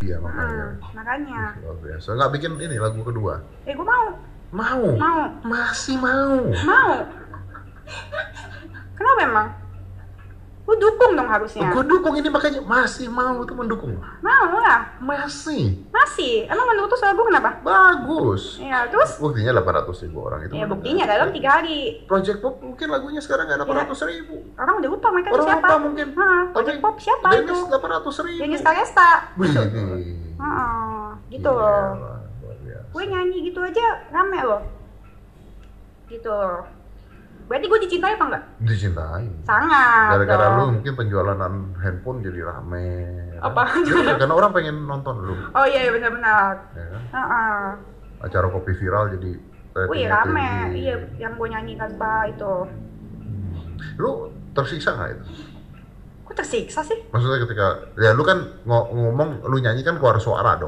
Iya makanya. Hmm, makanya Luar biasa. Nggak bikin ini lagu kedua. eh gue mau Mau. Mau. Masih mau. mau kenapa emang lu dukung dong harusnya Gue dukung ini makanya masih mau itu mendukung. mau lah Masih masih emang menurut tuh lagu kenapa bagus. ya terus Buktinya 800 ribu orang itu. ya mendengar. buktinya Iya. dalam tiga hari Project Pop mungkin lagunya sekarang nggak 800 ribu. orang udah lupa mereka tuh Orang siapa lupa mungkin. Heeh, Tapi Project Pop siapa itu Dennis 800 ribu. Dennis Kalesta Wih. Heeh, gitu Gila, loh luar biasa. gue nyanyi gitu aja rame loh gitu berarti gue dicintai apa enggak Dicintai. sangat Gara-gara dong. lu mungkin penjualan handphone jadi rame. Apa? Iya, karena orang pengen nonton lu. oh iya iya, benar-benar Ya kan? Heeh. Acara kopi viral jadi wih ratingnya rame tinggi. iya yang gue nyanyi tanpa itu Hmm. Lu tersiksa nggak itu? kok tersiksa sih Maksudnya ketika ya lu kan ngo- ngomong lu nyanyi kan keluar suara dong.